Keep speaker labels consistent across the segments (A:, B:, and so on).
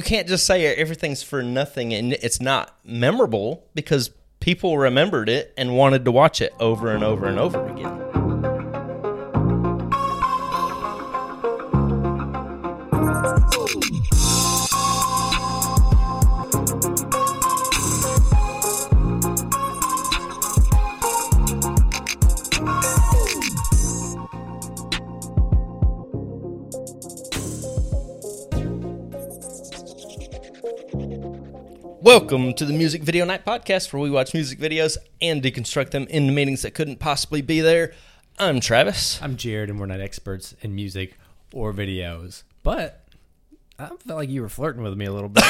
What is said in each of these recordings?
A: you can't just say everything's for nothing and it's not memorable because people remembered it and wanted to watch it over and over and over again. Welcome to the Music Video Night Podcast, where we watch music videos and deconstruct them into meanings that couldn't possibly be there. I'm Travis.
B: I'm Jared, and we're not experts in music or videos, but I felt like you were flirting with me a little bit.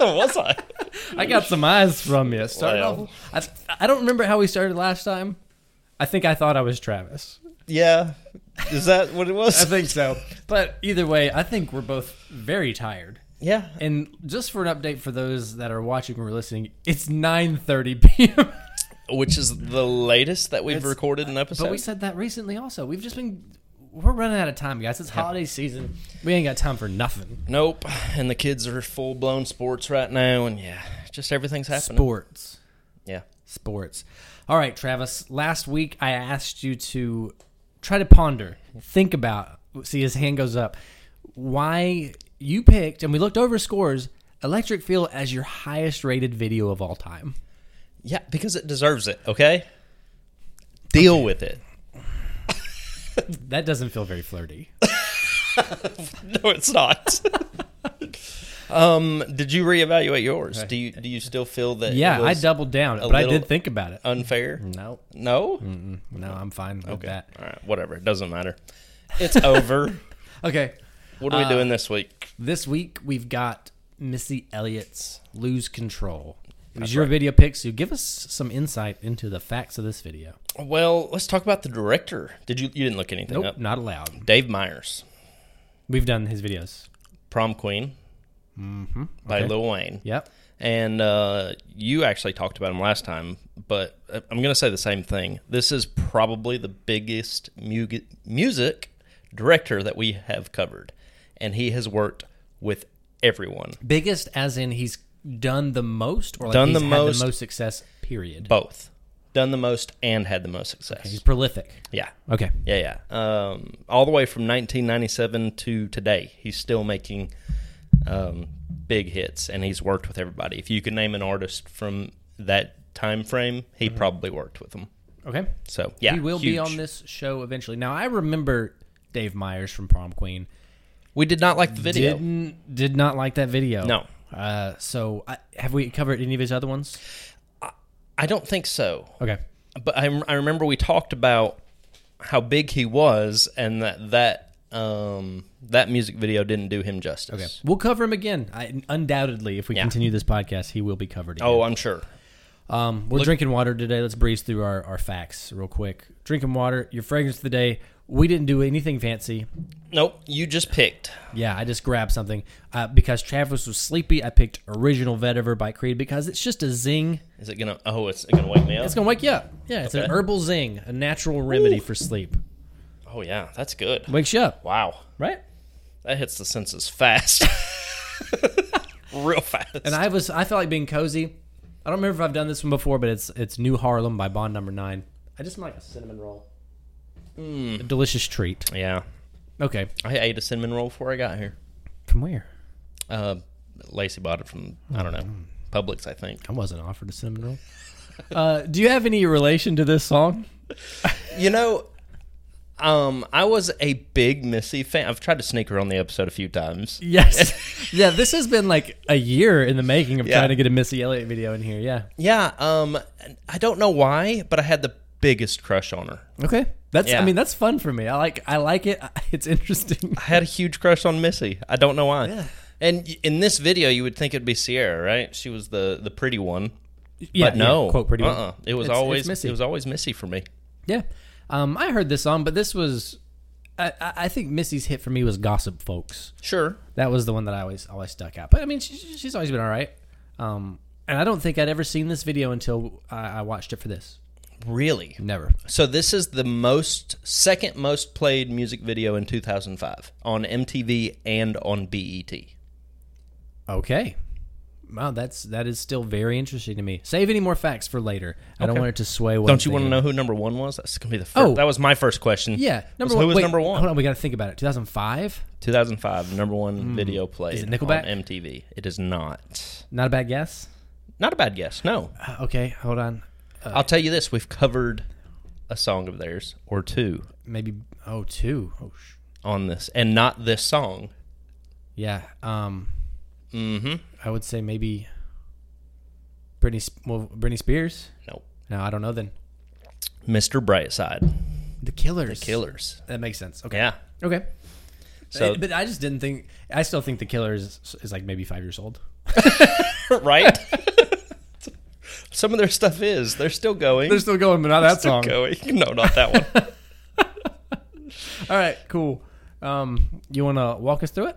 A: Was I?
B: I got some eyes from you. Started
A: Well.
B: off, I, I don't remember how we started last time. I think I thought I was Travis.
A: Yeah. Is that what it was?
B: think so. But either way, I think we're both very tired.
A: yeah.
B: And just for an update for those that are watching or listening, it's 9:30 p.m.
A: Which is the latest that we've
B: It's-
A: recorded an episode.
B: But we said that recently also. We've just been we're running out of time, guys. It's holiday season. We ain't got time for nothing.
A: nope. And the kids are full blown sports right now. And yeah, just everything's happening.
B: Sports.
A: Yeah.
B: Sports. All right, Travis. Last week I asked you to try to ponder, think about, see his hand goes up, why you picked, and we looked over scores, Electric Feel as your highest rated video of all time.
A: Yeah, because it deserves it, okay? Deal with it.
B: That doesn't feel very flirty.
A: No, it's not. um, did you reevaluate yours? Do you do you still feel that? it
B: Yeah, I
A: was
B: doubled down, but I
A: little-
B: did think about it.
A: Unfair.
B: no,
A: No.
B: no, I'm fine with that.
A: All right, whatever. It doesn't matter. It's over.
B: Okay.
A: What are we doing this week?
B: This week we've got Missy Elliott's "Lose Control." It was your video pick, so give us some insight into the facts of this video.
A: Well, let's talk about the director. Did you you didn't look anything
B: Nope,
A: up?
B: not allowed.
A: Dave Myers,
B: We've done his videos.
A: Prom Queen, by
B: okay.
A: Lil Wayne.
B: Yep.
A: And uh, you actually talked about him last time, but I- I'm going to say the same thing. This is probably the biggest mu- music director that we have covered, and he has worked with everyone.
B: Biggest, as in he's done the most, or like
A: Done
B: he's
A: the
B: had
A: most.
B: the most success. Period.
A: Both done the most and had the most success.
B: he's prolific.
A: yeah,
B: Okay.
A: yeah, yeah. Um, all the way from 1997 to today, he's still making um, big hits, and he's worked with everybody. If you can name an artist from that time frame, he probably worked with them.
B: Okay.
A: So yeah,
B: he will be
A: huge.
B: on this show eventually. Now I remember Dave Myers from Prom Queen.
A: We did not like the video.
B: Didn't did not like that video.
A: No.
B: Uh, so I, have we covered any of his other ones?
A: I don't think so.
B: Okay.
A: But I, I remember we talked about how big he was, and that that um, that music video didn't do him justice.
B: Okay. We'll cover him again. I, undoubtedly, if we
A: Yeah.
B: continue this podcast, he will be covered again.
A: Oh, I'm sure.
B: Um, we're drinking water today. Let's breeze through our, our facts real quick. Drinking water, your fragrance of the day. We didn't do anything fancy.
A: Nope. You just picked.
B: Yeah, I just grabbed something. Uh, because Travis was sleepy, I picked Original Vetiver by Creed because it's just a zing.
A: Is it gonna? Oh, it's gonna wake me up.
B: It's going to wake you up. Yeah, it's an
A: Okay.
B: herbal zing, a natural remedy for sleep.
A: oh yeah, that's good.
B: Wakes you up,
A: Wow,
B: right?
A: that hits the senses fast, real fast.
B: And I was I felt like being cozy. I don't remember if I've done this one before, but it's it's New Harlem by Bond Number Nine. I just like a cinnamon roll.
A: Hmm.
B: A delicious treat.
A: yeah,
B: Okay,
A: I ate a cinnamon roll before I got here.
B: from where?
A: Uh, Lacey bought it from I don't know
B: Mm.
A: Publix, I think.
B: I wasn't offered a cinnamon roll. Uh, do you have any relation to this song?
A: You know, um, I was a big Missy fan. I've tried to sneak her on the episode a few times.
B: Yes. yeah, this has been like a year in the making of
A: Yeah.
B: trying to get a Missy Elliott video in here. Yeah.
A: Yeah, um, I don't know why, but I had the biggest crush on her.
B: Okay. That's
A: Yeah.
B: I mean that's fun for me. I like I like it. It's interesting.
A: I had a huge crush on Missy. I don't know why. And y- in this video, you would think it'd be Sierra, right? She was the the pretty one.
B: Yeah.
A: but no,
B: yeah, quote pretty. one.
A: Uh-uh. It was
B: It's- it's
A: always
B: Missy.
A: It was always Missy for me.
B: Yeah. Um, I heard this song, but this was I, I I think Missy's hit for me was Gossip Folks.
A: Sure.
B: That was the one that I always always stuck out. But I mean, she, she's always been all right. Um, and I don't think I'd ever seen this video until I, I watched it for this.
A: Really.
B: Never.
A: So this is the most second E most played music video in 2005 on MTV and on BET.
B: Okay. Wow, that's that is still very interesting to me. Save any more facts for later. I don't
A: Okay.
B: want it to sway. What I'm
A: Don't you want to
B: thinking.
A: know who number one was? That's gonna be the first.
B: Oh.
A: That was my first question.
B: Yeah, number
A: Was
B: one.
A: Who was
B: wait,
A: number one?
B: Hold on, we got to think about it. 2005.
A: 2005 number one video played
B: Hmm. it Nickelback?
A: on MTV. It is not.
B: Not a bad guess.
A: Not a bad guess. No,
B: Uh, okay, hold on.
A: I'll tell you this: we've covered a song of theirs or two
B: Maybe oh two. Oh sh-
A: on this, and not this song.
B: yeah. Um,
A: Mm-hmm.
B: I would say maybe Britney. Sp- Well, Britney Spears.
A: Nope.
B: No, I don't know. Then
A: Mr. Brightside,
B: the Killers. The
A: Killers.
B: That makes sense. Okay.
A: Yeah.
B: Okay.
A: So
B: Uh, but I just didn't think. I still think the Killers is, is like maybe five years old.
A: right. Some of their stuff is they're still going.
B: They're still going, but not that song.
A: going. No, not that one.
B: All right, cool. Um, you want to walk us through it?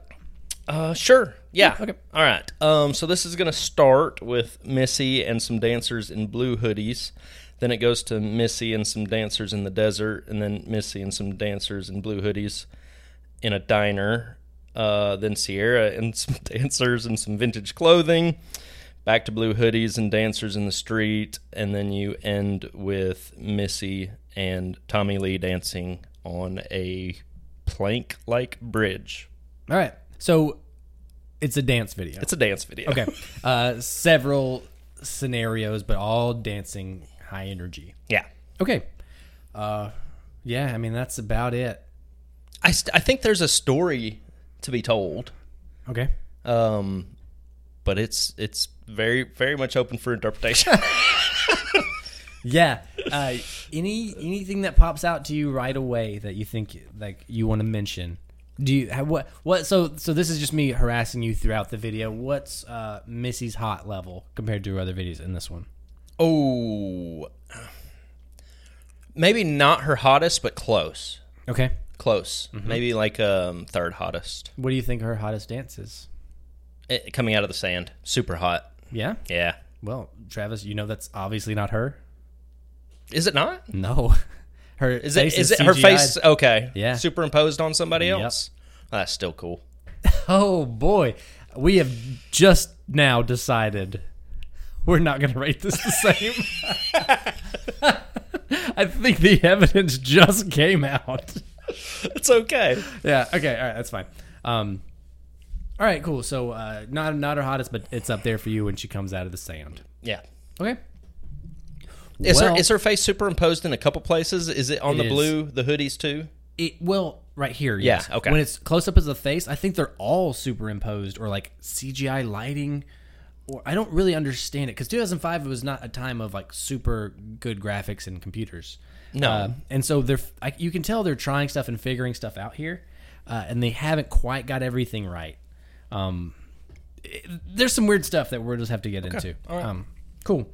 A: Uh, sure. Yeah.
B: Yeah, okay.
A: All right. Um, so this is going to start with Missy and some dancers in blue hoodies. Then it goes to Missy and some dancers in the desert, and then Missy and some dancers in blue hoodies in a diner. Uh, then Sierra and some dancers in some vintage clothing. Back to blue hoodies and dancers in the street, and then you end with Missy and Tommy Lee dancing on a plank-like bridge.
B: All right. So it's a dance video.
A: It's a dance video.
B: okay. Uh, several scenarios, but all dancing, high energy.
A: Yeah.
B: Okay. Uh, yeah, I mean, that's about it.
A: I, st- I think there's a story to be told,
B: Okay.
A: um, but it's it's very very much open for interpretation.
B: Yeah. Uh, any anything that pops out to you right away that you think like you want to mention? Do you have what what? So so this is just me harassing you throughout the video. What's uh, Missy's hot level compared to her other videos in this one?
A: oh, maybe not her hottest, but close,
B: Okay.
A: close. Maybe like um, third hottest
B: What do you think her hottest dance is?
A: Eh, coming out of the sand, super hot.
B: Yeah.
A: Yeah,
B: Well, Travis, you know that's obviously not her.
A: is it not?
B: No. Her
A: Is
B: face
A: it is it
B: CGI'd.
A: her face? Okay,
B: Yeah.
A: superimposed on somebody
B: Yep.
A: else. That's still cool.
B: Oh boy, we have just now decided we're not going to rate this the same. I think the evidence just came out.
A: It's okay.
B: Yeah. Okay. All right. That's fine. Um. All right. Cool. So, uh, not not her hottest, but it's up there for you when she comes out of the sand.
A: Yeah.
B: Okay.
A: Is
B: Well-
A: her is her face superimposed in a couple places? Is it on
B: It
A: the
B: is.
A: blue, the hoodies too?
B: It well right here.
A: Yeah,
B: Yes.
A: okay.
B: When it's close up as the face, I think they're all superimposed or like CGI lighting. Or I don't really understand it because 2005 was not a time of like super good graphics and computers.
A: No.
B: Uh, and so they're I, you can tell they're trying stuff and figuring stuff out here, uh, and they haven't quite got everything right. Um, it- there's some weird stuff that we'll just have to get into. Um, cool.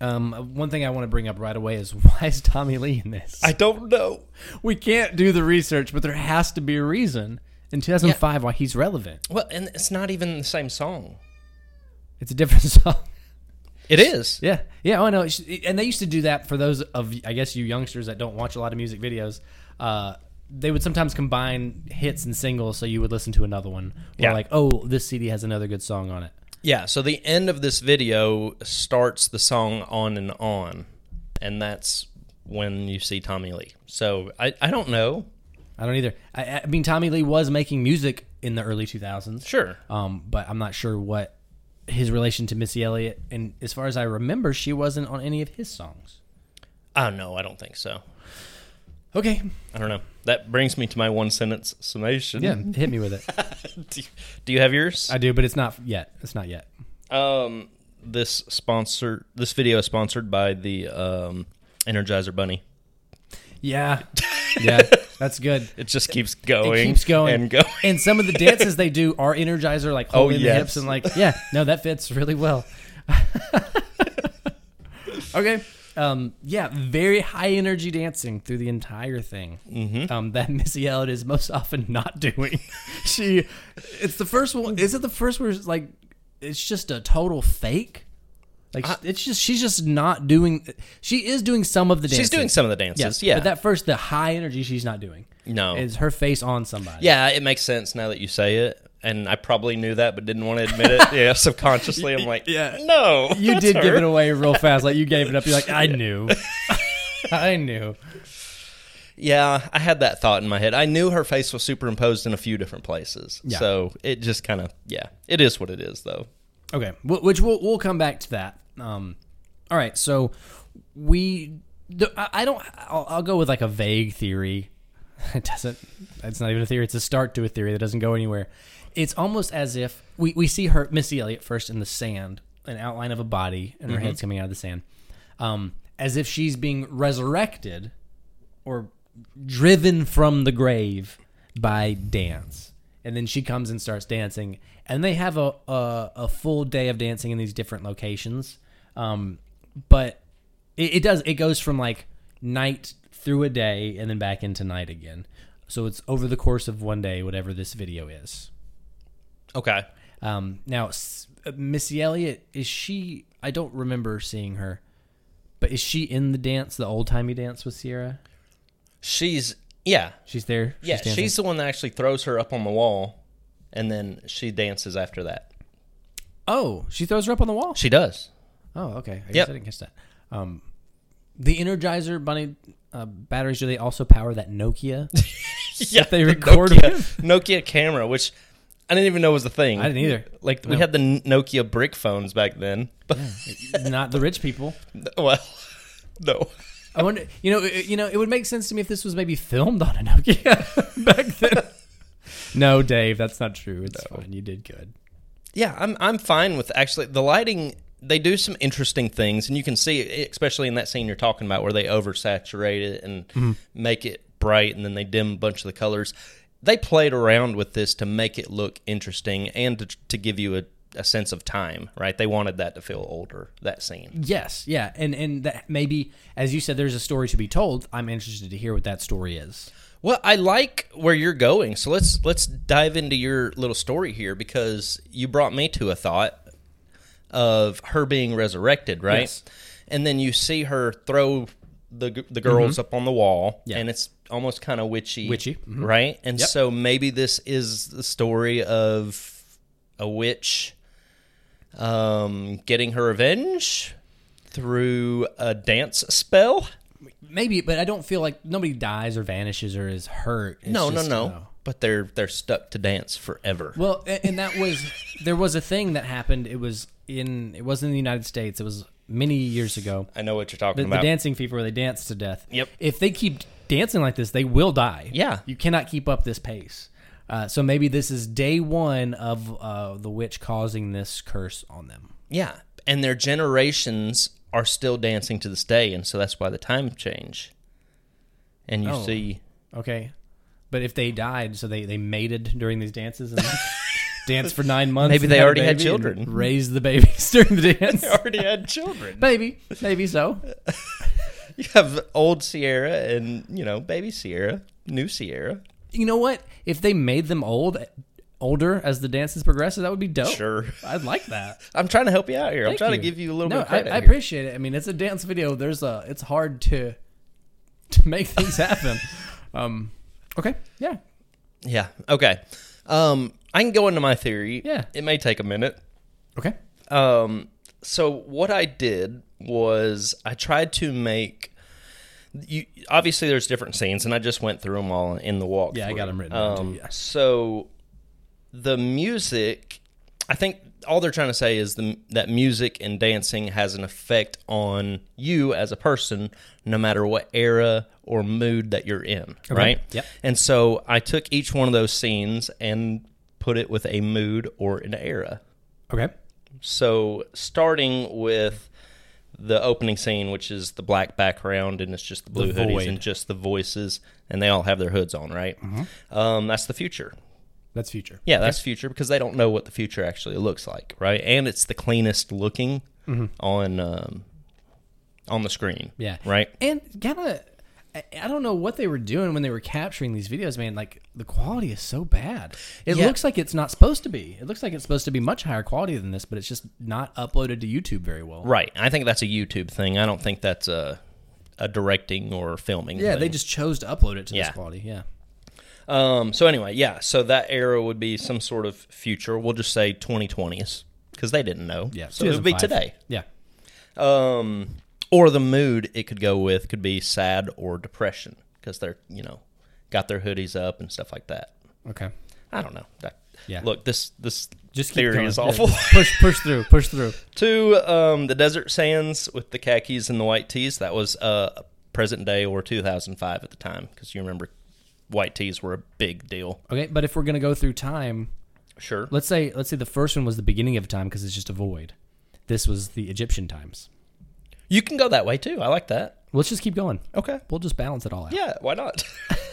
B: Um, one thing I want to bring up right away is why is Tommy Lee in this?
A: I don't know.
B: we can't do the research, but there has to be a reason in 2005 why he's relevant.
A: Well, and it's not even the same song.
B: It's a different song.
A: It is.
B: Yeah, yeah, oh, I know. It's- And they used to do that for those of I guess you youngsters that don't watch a lot of music videos. Uh, they would sometimes combine hits and singles, so you would listen to another one. Or
A: Yeah.
B: like, oh, this CD has another good song on it.
A: Yeah. So the end of this video starts the song "On and On," and that's when you see Tommy Lee. So I, I don't know.
B: I don't either. I, I mean, Tommy Lee was making music in the early 2000s.
A: Sure.
B: um, but I'm not sure what his relation to Missy Elliott. And as far as I remember, she wasn't on any of his songs.
A: I don't know. I don't think so.
B: Okay,
A: I don't know. That brings me to my one sentence summation.
B: yeah, hit me with it.
A: do, you, do you have yours?
B: I do, but it's not yet. It's not yet.
A: um, this sponsor. This video is sponsored by the um, Energizer Bunny.
B: Yeah, yeah, that's good.
A: It just keeps
B: It
A: going.
B: keeps going
A: and going. Oh,
B: And some of the dances they do are energizer, like holding the
A: yes.
B: hips and like, yeah, no, that fits really well. okay. Um, yeah, very high energy dancing through the entire thing. Mm-hmm. Um, that Missy Elliott is most often not doing. she, it's the first one. Is it the first where it's like, it's just a total fake? Like it's just she's just not doing. She is doing some of the dances.
A: She's doing some of the dances. yeah.
B: But that first, the high energy she's not doing
A: no.
B: is her face on somebody.
A: Yeah, it makes sense now that you say it. and I probably knew that, but didn't want to admit it. yeah, subconsciously, I'm like,
B: Yeah.
A: no,
B: You
A: that's
B: did give
A: her.
B: it away real fast. Like you gave it up. You're like, I knew. I knew.
A: Yeah, I had that thought in my head. I knew her face was superimposed in a few different places,
B: Yeah.
A: so it just kind of yeah, it is what it is though.
B: Okay, wh- which we'll we'll come back to that. Um, all right, so we the, I I don't I'll, I'll go with like a vague theory. It doesn't. It's not even a theory. It's a start to a theory that doesn't go anywhere. It's almost as if we we see her Missy Elliott first in the sand, an outline of a body, and her head's coming out of the sand, um, as if she's being resurrected or driven from the grave by dance. And then she comes and starts dancing. And they have a, a, a full day of dancing in these different locations. Um, but it, it does, it goes from like night through a day and then back into night again. So it's over the course of one day, whatever this video is.
A: Okay,
B: Um, now, S- uh, Missy Elliott, is she, I don't remember seeing her, but is she in the dance, the old timey dance with Sierra?
A: she's yeah,
B: She's there.
A: yeah,
B: dancing?
A: she's, the one that actually throws her up on the wall, and then she dances after that.
B: Oh, she throws her up on the wall.
A: She does.
B: Oh, okay. I guess
A: Yep.
B: I didn't catch that. Um, the Energizer Bunny uh, batteries, do they also power that Nokia?
A: yeah,
B: they
A: the
B: record
A: Nokia,
B: with.
A: Nokia camera, which I didn't even know was a thing.
B: I didn't either.
A: Like we
B: No.
A: had the N- Nokia brick phones back then, but
B: Not the rich people.
A: well, no.
B: I wonder, you know, it- you know, it would make sense to me if this was maybe filmed on a Nokia back then. No, Dave, that's not true. It's fine. You did good.
A: Yeah, I'm I'm fine with actually the lighting. They do some interesting things, and you can see, it, especially in that scene you're talking about, where they oversaturate it and
B: Mm-hmm.
A: make it bright, and then they dim a bunch of the colors. They played around with this to make it look interesting and to, to give you a, a sense of time, right? They wanted that to feel older, that scene.
B: Yes, yeah, and and that maybe as you said, there's a story to be told. I'm interested to hear what that story is.
A: Well, I like where you're going, so let's let's dive into your little story here because you brought me to a thought of her being resurrected, right?
B: Yes.
A: And then you see her throw the g- the girls up on the wall,
B: Mm-hmm. Yeah.
A: and it's almost kind of witchy,
B: Witchy, Mm-hmm.
A: right? And
B: Yep.
A: so maybe this is the story of a witch um, getting her revenge through a dance spell.
B: Maybe, but I don't feel like nobody dies or vanishes or is hurt. It's
A: no,
B: just,
A: no,
B: you
A: no.
B: know.
A: But they're they're stuck to dance forever.
B: Well, a- and that was there was a thing that happened. It was in it wasn't in the United States. It was many years ago.
A: I know what you're talking
B: The, the
A: about.
B: dancing fever where they dance to death.
A: Yep.
B: If they keep dancing like this, they will die.
A: Yeah.
B: You cannot keep up this pace. Uh, so maybe this is day one of uh, the witch causing this curse on them.
A: yeah, and their generations are still dancing to this day, and so that's why the time change. And you
B: Oh.
A: see,
B: Okay. But if they died, so they they mated during these dances and danced for nine months.
A: Maybe
B: and
A: they
B: a
A: already had
B: baby and
A: children.
B: Raised the babies during the dance.
A: they already had children.
B: Maybe, maybe so.
A: You have old Sierra and you know baby Sierra, new Sierra.
B: you know what? If they made them old, older as the dances progresses, that would be dope.
A: Sure,
B: I'd like that.
A: I'm trying to help you out here. I'm
B: Thank
A: trying to give you a little
B: no,
A: bit of credit.
B: I, I
A: here.
B: appreciate it. I mean, it's a dance video. There's a. It's hard to to make things happen. um, okay. Yeah.
A: yeah. Okay. Um, I can go into my theory.
B: Yeah.
A: It may take a minute.
B: Okay.
A: Um, so what I did was I tried to make you obviously there's different scenes, and I just went through them all in the walk.
B: Yeah, I got 'em written down, too, yeah.
A: So the music, I think all they're trying to say is the, that music and dancing has an effect on you as a person, no matter what era or mood that you're in, right?
B: Yep.
A: And so I took each one of those scenes and put it with a mood or an era.
B: Okay.
A: So starting with the opening scene, which is the black background, and it's just the blue
B: The
A: hoodies
B: void.
A: and just the voices, and they all have their hoods on, right?
B: Mm-hmm.
A: Um, that's the future.
B: That's future.
A: Yeah, that's future because they don't know what the future actually looks like, right? And it's the cleanest looking on um, on the screen.
B: Mm-hmm. Yeah.
A: right.
B: And kind of, I I don't know what they were doing when they were capturing these videos, man. Like the quality is so bad. It
A: Yeah.
B: looks like it's not supposed to be. It looks like it's supposed to be much higher quality than this, but it's just not uploaded to YouTube very well.
A: Right. I think that's a YouTube thing. I don't think that's a a directing or filming.
B: Yeah, they
A: thing.
B: just chose to upload it to
A: Yeah.
B: this quality. Yeah.
A: Um, so anyway, yeah. So that era would be some sort of future. We'll just say 2020s because they didn't know.
B: Yeah,
A: So it would be
B: 2005.
A: today.
B: Yeah.
A: Um, or the mood it could go with could be sad or depression because they're you know got their hoodies up and stuff like that.
B: Okay.
A: I don't know. That,
B: Yeah.
A: Look, this this
B: Just keep
A: theory
B: going.
A: is
B: Yeah,
A: awful.
B: just push push through. Push through.
A: to um, the desert sands with the khakis and the white tees. That was uh, present day or 2005 at the time because you remember white tees were a big deal.
B: Okay, but if we're gonna go through time,
A: Sure.
B: let's say let's say the first one was the beginning of time because it's just a void. This was the Egyptian times.
A: You can go that way too. I like that.
B: Let's just keep going.
A: Okay.
B: We'll just balance it all out.
A: Yeah, why not?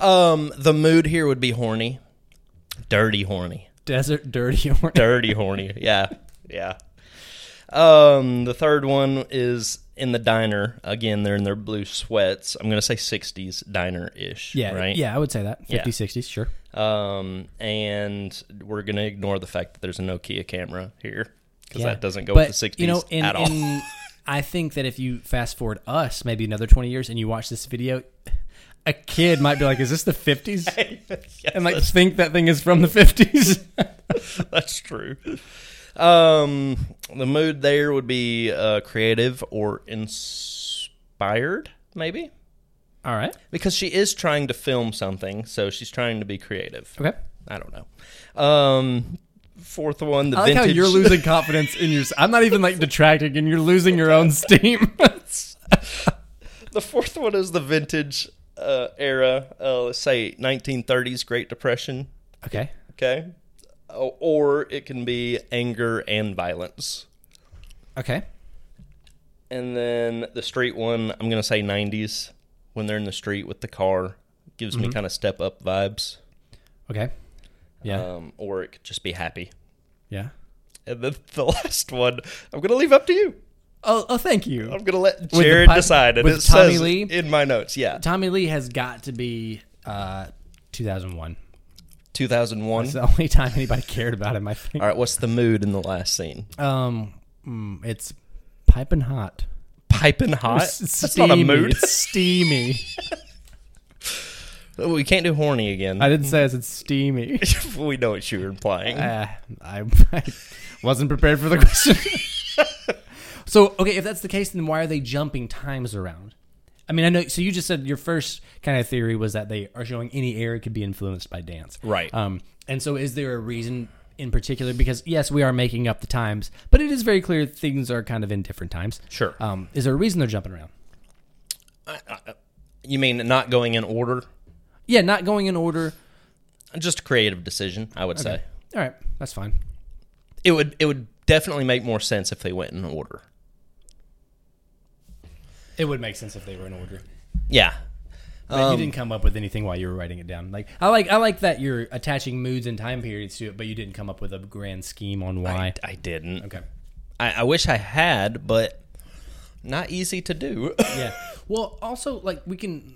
A: um, the mood here would be horny, dirty horny,
B: Desert dirty or
A: dirty horny. Yeah, yeah. Um, the third one is in the diner again. They're in their blue sweats. I'm gonna say 60s diner ish.
B: Yeah,
A: right.
B: yeah, I would say that. 50,
A: Yeah.
B: 60s, sure.
A: Um, and we're gonna ignore the fact that there's a Nokia camera here because
B: Yeah.
A: that doesn't go
B: But,
A: with the 60s
B: you know, in,
A: at all.
B: in- I think that if you fast forward us maybe another 20 years and you watch this video, a kid might be like, is this the 50s?
A: Yes,
B: and like think that thing is from the 50s.
A: That's true. Um, the mood there would be uh, creative or inspired, maybe,
B: all right.
A: because she is trying to film something, so she's trying to be creative.
B: Okay.
A: I don't know. Um, fourth one, the
B: I like
A: vintage.
B: how you're losing confidence in your. I'm not even like detracting, and you're losing your own steam.
A: the fourth one is the vintage uh, era. Uh, let's say 1930s Great Depression.
B: okay.
A: Okay, O- or it can be anger and violence.
B: Okay.
A: And then the street one, I'm gonna say '90s when they're in the street with the car, gives
B: Mm-hmm.
A: me kind of step up vibes.
B: Okay. Yeah.
A: Um, or it could just be happy.
B: yeah.
A: And then the last one, I'm gonna leave up to you.
B: Oh, oh, thank you.
A: I'm gonna let
B: the
A: Jared
B: pi-
A: decide. And
B: with
A: it
B: Tommy
A: says
B: Lee?
A: in my notes, yeah,
B: Tommy Lee has got to be uh, 2001.
A: 2001.
B: It's the only time anybody cared about him. I think.
A: All right, what's the mood in the last scene?
B: Um, mm, it's piping hot.
A: Piping hot.
B: It's
A: That's not a
B: steamy.
A: mood.
B: It's steamy.
A: Oh, we can't do horny again.
B: I didn't say it's, it's steamy.
A: we know what you were implying.
B: Uh, I, I wasn't prepared for the question. so, okay, if that's the case, then why are they jumping times around? I mean, I know. So you just said your first kind of theory was that they are showing any area could be influenced by dance,
A: Right.
B: Um, and so is there a reason in particular? Because yes, we are making up the times, but it is very clear things are kind of in different times.
A: Sure.
B: Um, is there a reason they're jumping around?
A: you mean not going in order?
B: Yeah, not going in order.
A: Just a creative decision, I would say.
B: All right, that's fine.
A: it would it would definitely make more sense if they went in order.
B: It would make sense if they were in order.
A: Yeah.
B: But
A: Um,
B: you didn't come up with anything while you were writing it down. Like I like I like that you're attaching moods and time periods to it, but you didn't come up with a grand scheme on why.
A: I, I didn't.
B: okay.
A: I, I wish I had, but not easy to do.
B: Yeah. Well, also like we can.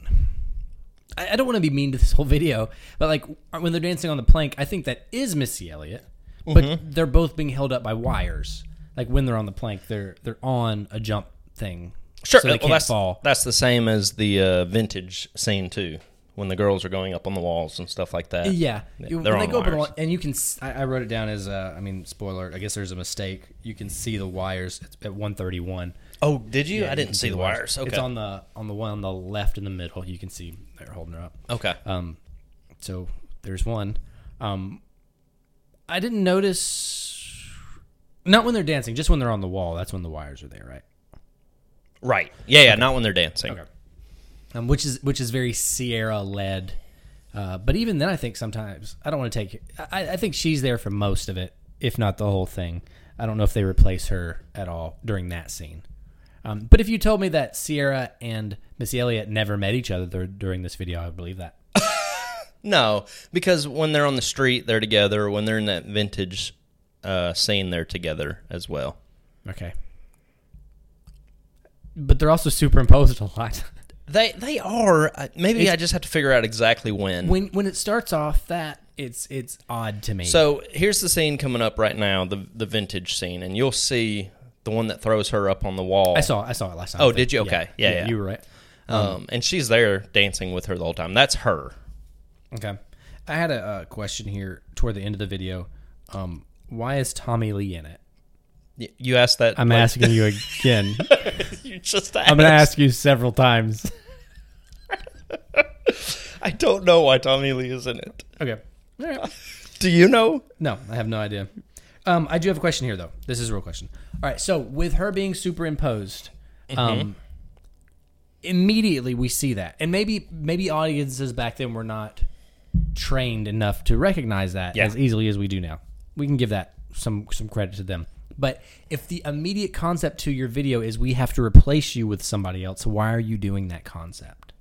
B: I, I don't want to be mean to this whole video, but like when they're dancing on the plank, I think that is Missy Elliott, but
A: Mm-hmm.
B: they're both being held up by wires. Like when they're on the plank, they're they're on a jump thing,
A: sure. uh,
B: so they
A: well,
B: can't
A: that's,
B: fall.
A: that's the same as the uh, vintage scene too, when the girls are going up on the walls and stuff like that.
B: Yeah, You-
A: they're
B: when they
A: on
B: go up in a
A: wires.
B: wa- and you can. s- I, I wrote it down as. Uh, I mean, spoiler. alert, I guess there's a mistake. You can see the wires It's at 131.
A: Oh, did you? I
B: You
A: didn't
B: can
A: see the wires. Okay.
B: It's on the on the one on the left in the middle. You can see they're holding her up.
A: okay.
B: Um, so there's one. Um, I didn't notice. Not when they're dancing, just when they're on the wall. That's when the wires are there, right?
A: right. Yeah. Yeah. Not when they're dancing.
B: Okay. Um, which is which is very Sierra led. Uh, but even then, I think sometimes I don't want to take. I, I think she's there for most of it, if not the whole thing. I don't know if they replace her at all during that scene. Um, but if you told me that Sierra and Missy Elliott never met each other dur- during this video, I would believe that.
A: No, because when they're on the street, they're together. When they're in that vintage uh, scene, they're together as well.
B: Okay. But they're also superimposed a lot.
A: They they are. I- Maybe I just have to figure out exactly when.
B: when when it starts off that it's it's odd to me.
A: So here's the scene coming up right now, the the vintage scene, and you'll see the one that throws her up on the wall.
B: I saw I saw it last time.
A: Oh, did you? Okay. Yeah, yeah.
B: you were right.
A: Um, and she's there dancing with her the whole time. That's her.
B: Okay. I had a uh, question here toward the end of the video. Um, why is Tommy Lee in it?
A: Y- You asked that.
B: I'm
A: like,
B: asking you again.
A: you just
B: I'm going to
A: asked.
B: ask you several times.
A: I don't know why Tommy Lee is in it.
B: Okay. All right.
A: Do you know?
B: No, I have no idea. Um, I do have a question here, though. This is a real question. All right. So, with her being superimposed, um, immediately we see that, and maybe maybe audiences back then were not trained enough to recognize that
A: Yeah.
B: as easily as we do now. We can give that some some credit to them. But if the immediate concept to your video is we have to replace you with somebody else, why are you doing that concept?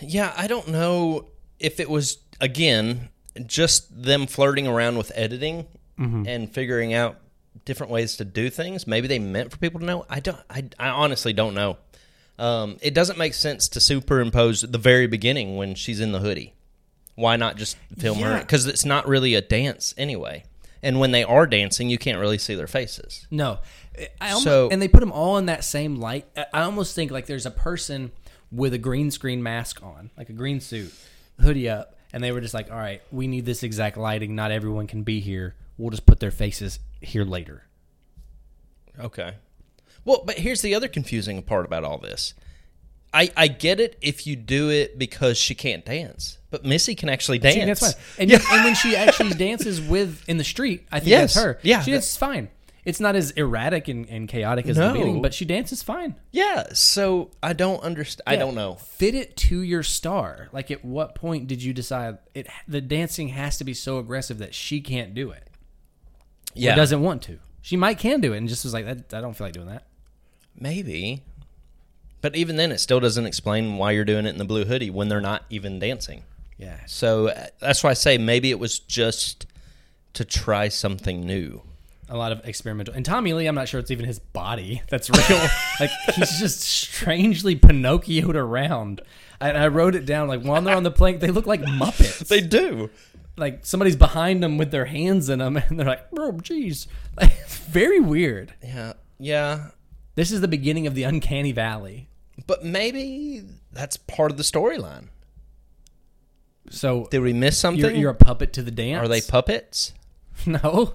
A: Yeah, I don't know if it was again just them flirting around with editing and figuring out different ways to do things. Maybe they meant for people to know. I don't. I, I honestly don't know. Um, it doesn't make sense to superimpose the very beginning when she's in the hoodie. Why not just film her?
B: Yeah.
A: Because it's not really a dance anyway. And when they are dancing, you can't really see their faces.
B: No, I- I almost,
A: So-
B: and they put them all in that same light. I- I almost think like there's a person with a green screen mask on, like a green suit, hoodie up, and they were just like, "All right, we need this exact lighting. Not everyone can be here. We'll just put their faces here later."
A: Okay. Well, but here's the other confusing part about all this. I, I get it if you do it because she can't dance, but Missy can actually dance.
B: See, that's fine. And, and when she actually dances with in the street, I think
A: Yes.
B: that's her.
A: Yeah,
B: she
A: that-
B: dances fine. It's not as erratic and, and chaotic as
A: No.
B: the beginning, but she dances fine.
A: Yeah, so I don't understand. I don't know.
B: Fit it to your star. Like, at what point did you decide it? The dancing has to be so aggressive that she can't do it.
A: Yeah,
B: or doesn't want to. She might can do it and just was like, that, I don't feel like doing that.
A: maybe. But even then, it still doesn't explain why you're doing it in the blue hoodie when they're not even dancing.
B: Yeah.
A: So uh, that's why I say maybe it was just to try something new.
B: A lot of experimental. And Tommy Lee, I'm not sure it's even his body that's real. like, he's just strangely Pinocchioed around. And I wrote it down like, while they're on the plank, they look like Muppets.
A: They do.
B: like, somebody's behind them with their hands in them, and they're like, oh, jeez. Like, it's very weird.
A: Yeah, yeah.
B: This is the beginning of the Uncanny Valley.
A: But maybe that's part of the storyline.
B: So,
A: Did we miss something?
B: you're, you're a puppet to the dance?
A: Are they puppets?
B: No.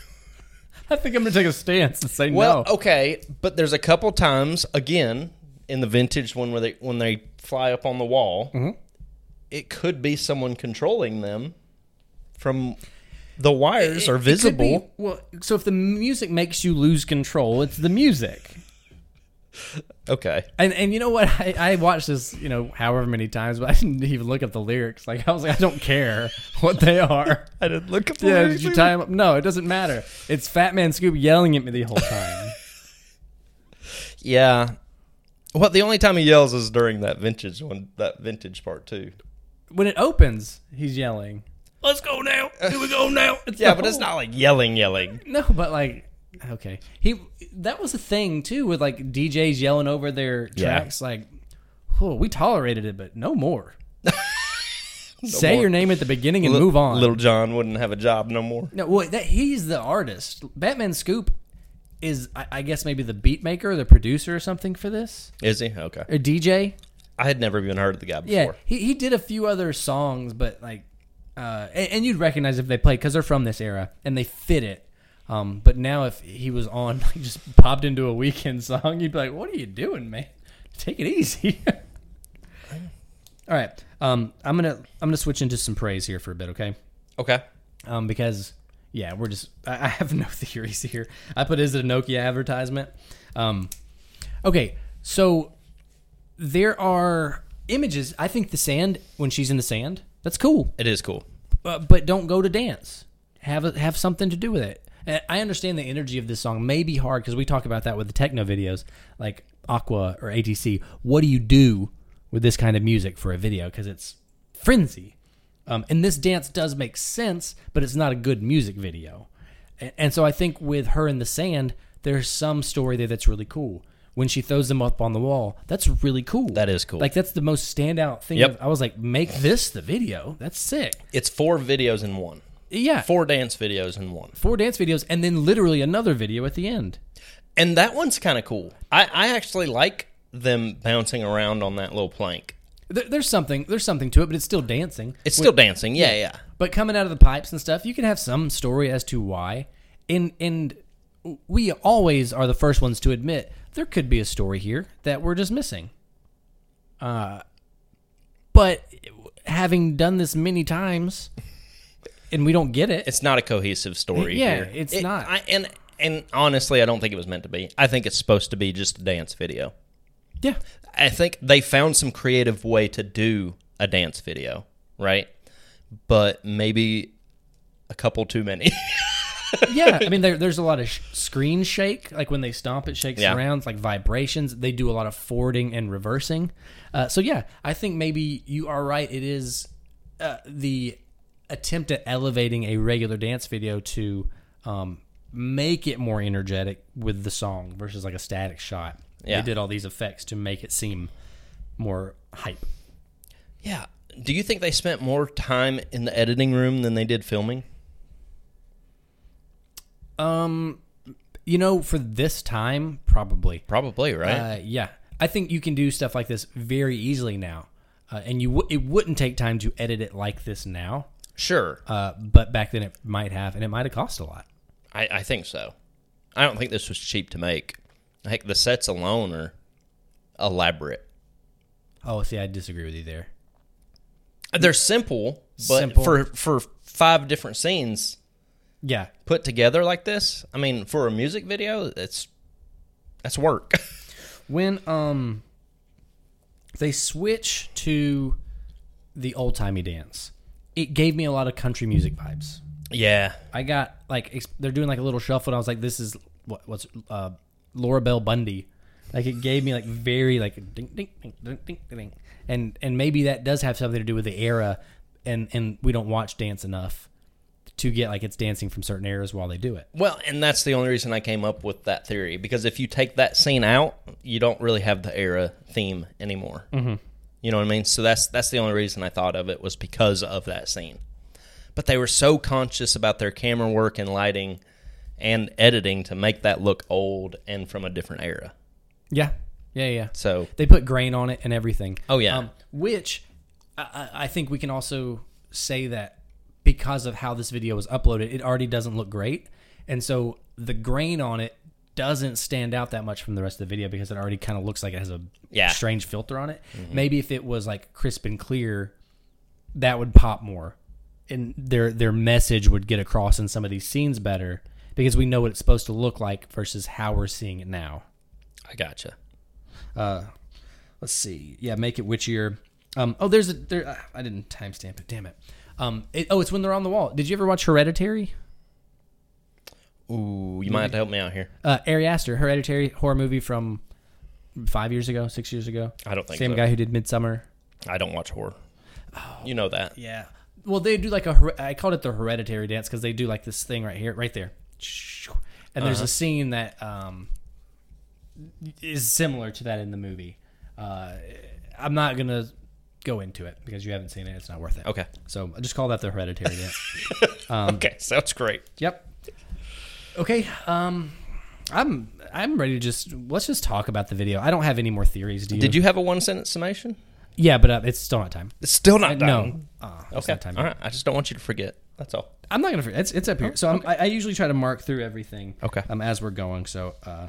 B: I think I'm going to take a stance and say
A: Well,
B: no.
A: okay, but there's a couple times again in the vintage one where they when they fly up on the wall, it could be someone controlling them from the wires are
B: It- it could be-
A: visible.
B: well, so if the music makes you lose control, it's the music.
A: Okay,
B: And and you know what? I, I watched this, you know, however many times, but I didn't even look up the lyrics. Like I was like, I don't care what they are.
A: I didn't look up.
B: yeah, did you tie 'em up? No, it doesn't matter. It's Fat Man Scoop yelling at me the whole time.
A: yeah. Well, the only time he yells is during that vintage one, that vintage part too.
B: when it opens, he's yelling.
A: Let's go now. Here we go now.
B: the
A: yeah, but it's
B: whole-
A: not like yelling, yelling.
B: No, but like, okay, he that was a thing too with like DJs yelling over their
A: Yeah.
B: tracks. Like, oh, we tolerated it, but no more. Say
A: more.
B: your name at the beginning and move on.
A: Little John wouldn't have a job no more.
B: No, well, that, he's the artist. Batman Scoop is, I, I guess, maybe the beat maker, the producer, or something for this,
A: Is he? Okay.
B: or DJ.
A: I had never even heard of the guy
B: Yeah,
A: before.
B: he, he did a few other songs, but like, uh, and, and you'd recognize if they played because they're from this era and they fit it. Um, but now if he was on, like, just popped into a weekend song, you'd be like, "What are you doing, man? Take it easy." All right, um, I'm gonna I'm gonna switch into some praise here for a bit, okay?
A: Okay.
B: um, because yeah, we're just I, I have no theories here. I put is it a Nokia advertisement? Um, okay, so there are images. I think the sand when she's in the sand, that's cool,
A: It is cool.
B: uh, but don't go to dance. Have a, have something to do with it. And I understand the energy of this song may be hard because we talk about that with the techno videos, like Aqua or ATC. What do you do with this kind of music for a video? Because it's frenzy. Um, and this dance does make sense, but it's not a good music video. And, and so I think with her in the sand, there's some story there that's really cool. When she throws them up on the wall, that's really cool.
A: That is cool.
B: Like that's the most standout thing.
A: Yep.
B: of- I was like, make this the video. That's sick.
A: It's four videos in one.
B: Yeah.
A: Four dance videos in one.
B: four dance videos and then literally another video at the end.
A: And that one's kind of cool. I, I actually like them bouncing around on that little plank.
B: There, there's something there's something to it, but it's still dancing.
A: It's still dancing. Yeah, yeah.
B: But coming out of the pipes and stuff, you can have some story as to why. And and we always are the first ones to admit there could be a story here that we're just missing. Uh, but having done this many times, and we don't get it.
A: It's not a cohesive story.
B: Yeah,
A: here.
B: it's
A: It-
B: not.
A: I, and and honestly, I don't think it was meant to be. I think it's supposed to be just a dance video.
B: yeah,
A: I think they found some creative way to do a dance video, right? But maybe a couple too many.
B: yeah. I mean, there, there's a lot of sh- screen shake, like when they stomp, it shakes
A: Yeah.
B: around, it's like vibrations. They do a lot of forwarding and reversing. Uh, so yeah, I think maybe you are right. It is uh, the attempt at elevating a regular dance video to um, make it more energetic with the song versus like a static shot.
A: Yeah.
B: They did all these effects to make it seem more hype.
A: yeah. Do you think they spent more time in the editing room than they did filming?
B: Um, you know, for this time, probably.
A: Probably, right?
B: Uh, yeah, I think you can do stuff like this very easily now, uh, and you w- it wouldn't take time to edit it like this now.
A: sure.
B: Uh, but back then it might have, and it might have cost a lot.
A: I, I think so. I don't think this was cheap to make. Heck, the sets alone are elaborate.
B: Oh, see, I disagree with you there.
A: They're simple, but
B: Simple.
A: for for five different scenes
B: Yeah,
A: put together like this, I mean, for a music video, it's that's work.
B: when um they switch to the old timey dance, it gave me a lot of country music vibes.
A: yeah,
B: I got like ex- they're doing like a little shuffle, and I was like, "This is what, what's uh, Laura Bell Bundy." Like it gave me like very like ding ding ding ding ding ding, and and maybe that does have something to do with the era, and and we don't watch dance enough to get like it's dancing from certain eras while they do it.
A: Well, and that's the only reason I came up with that theory because if you take that scene out, you don't really have the era theme anymore. Mm-hmm. You know what I mean? So that's that's the only reason I thought of it was because of that scene. But they were so conscious about their camera work and lighting and editing to make that look old and from a different era.
B: Yeah, yeah, yeah.
A: So
B: They put grain on it and everything. Um,
A: Oh, yeah.
B: which I- I, I think we can also say that because of how this video was uploaded, it already doesn't look great, and so the grain on it doesn't stand out that much from the rest of the video because it already kind of looks like it has a
A: Yeah. Mm-hmm.
B: strange filter on it. Maybe if it was like crisp and clear, that would pop more, and their their message would get across in some of these scenes better because we know what it's supposed to look like versus how we're seeing it now
A: I gotcha.
B: let's see. Yeah, make it witchier. Um, oh, there's a there. ah, I didn't timestamp it. Damn it. Um, it- Oh, it's when they're on the wall. Did you ever watch Hereditary?
A: Ooh, you might have to help me out here.
B: Uh, Ari Aster, Hereditary horror movie from five years ago, six years ago.
A: I don't think
B: Same
A: so.
B: guy who did Midsummer.
A: I don't watch horror. You know that.
B: Yeah. Well, they do like a. her- I called it the Hereditary dance because they do like this thing right here, right there. And
A: Uh-huh.
B: there's a scene that um, is similar to that in the movie. Uh, I'm not gonna go into it because you haven't seen it. It's not worth it.
A: Okay.
B: So I just call that the hereditary dance.
A: okay, sounds great.
B: yep. Okay. Um, I'm I'm ready to just let's just talk about the video. I don't have any more theories. Do you?
A: Did you have a one sentence summation? Uh,
B: Yeah, but uh, it's still not time.
A: It's still not done.
B: No. Ah, it's
A: Okay.
B: not time.
A: All right. I just don't want you to forget. That's all.
B: I'm not gonna. forget. It's it's up here. So I'm, I, I usually try to mark through everything.
A: Okay.
B: Um, as we're going, so uh,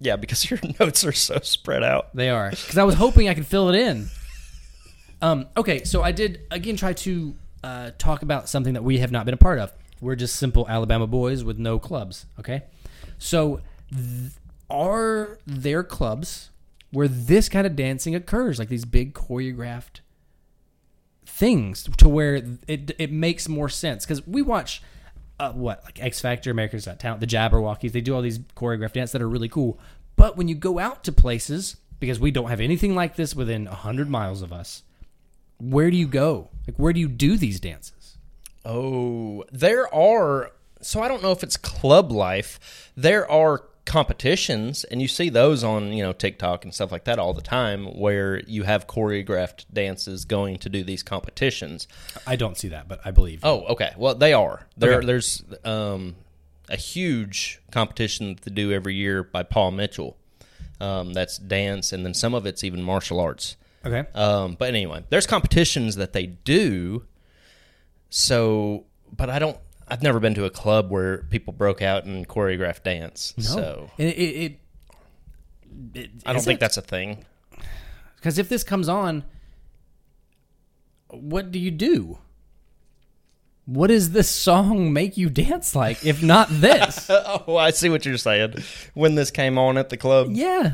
A: Yeah, because your notes are so spread out.
B: They are because I was hoping I could fill it in. Um, okay, so I did again try to uh, talk about something that we have not been a part of. We're just simple Alabama boys with no clubs. Okay, so th- are there clubs where this kind of dancing occurs, like these big choreographed things, to where it it makes more sense? Because we watch. Uh, what like X Factor, America's Got Talent, the Jabberwockies? They do all these choreographed dance that are really cool. But when you go out to places, because we don't have anything like this within hundred miles of us, where do you go? Like, where do you do these dances?
A: Oh, there are. So I don't know if it's club life. There are competitions, and you see those on you know TikTok and stuff like that all the time, where you have choreographed dances going to do these competitions.
B: I don't see that, but I believe. you.
A: Oh, okay. Well, they are. There,
B: Okay.
A: there's um, a huge competition that they do every year by Paul Mitchell. Um, that's dance, and then some of it's even martial arts.
B: Okay.
A: Um, but anyway, there's competitions that they do. So, but I don't. I've never been to a club where people broke out and choreographed dance. So
B: And Oh. it, it, it, it
A: I don't think that's a thing.
B: because if this comes on, what do you do? What does this song make you dance like if not this?
A: Oh, I see what you're saying. When this came on at the club.
B: yeah,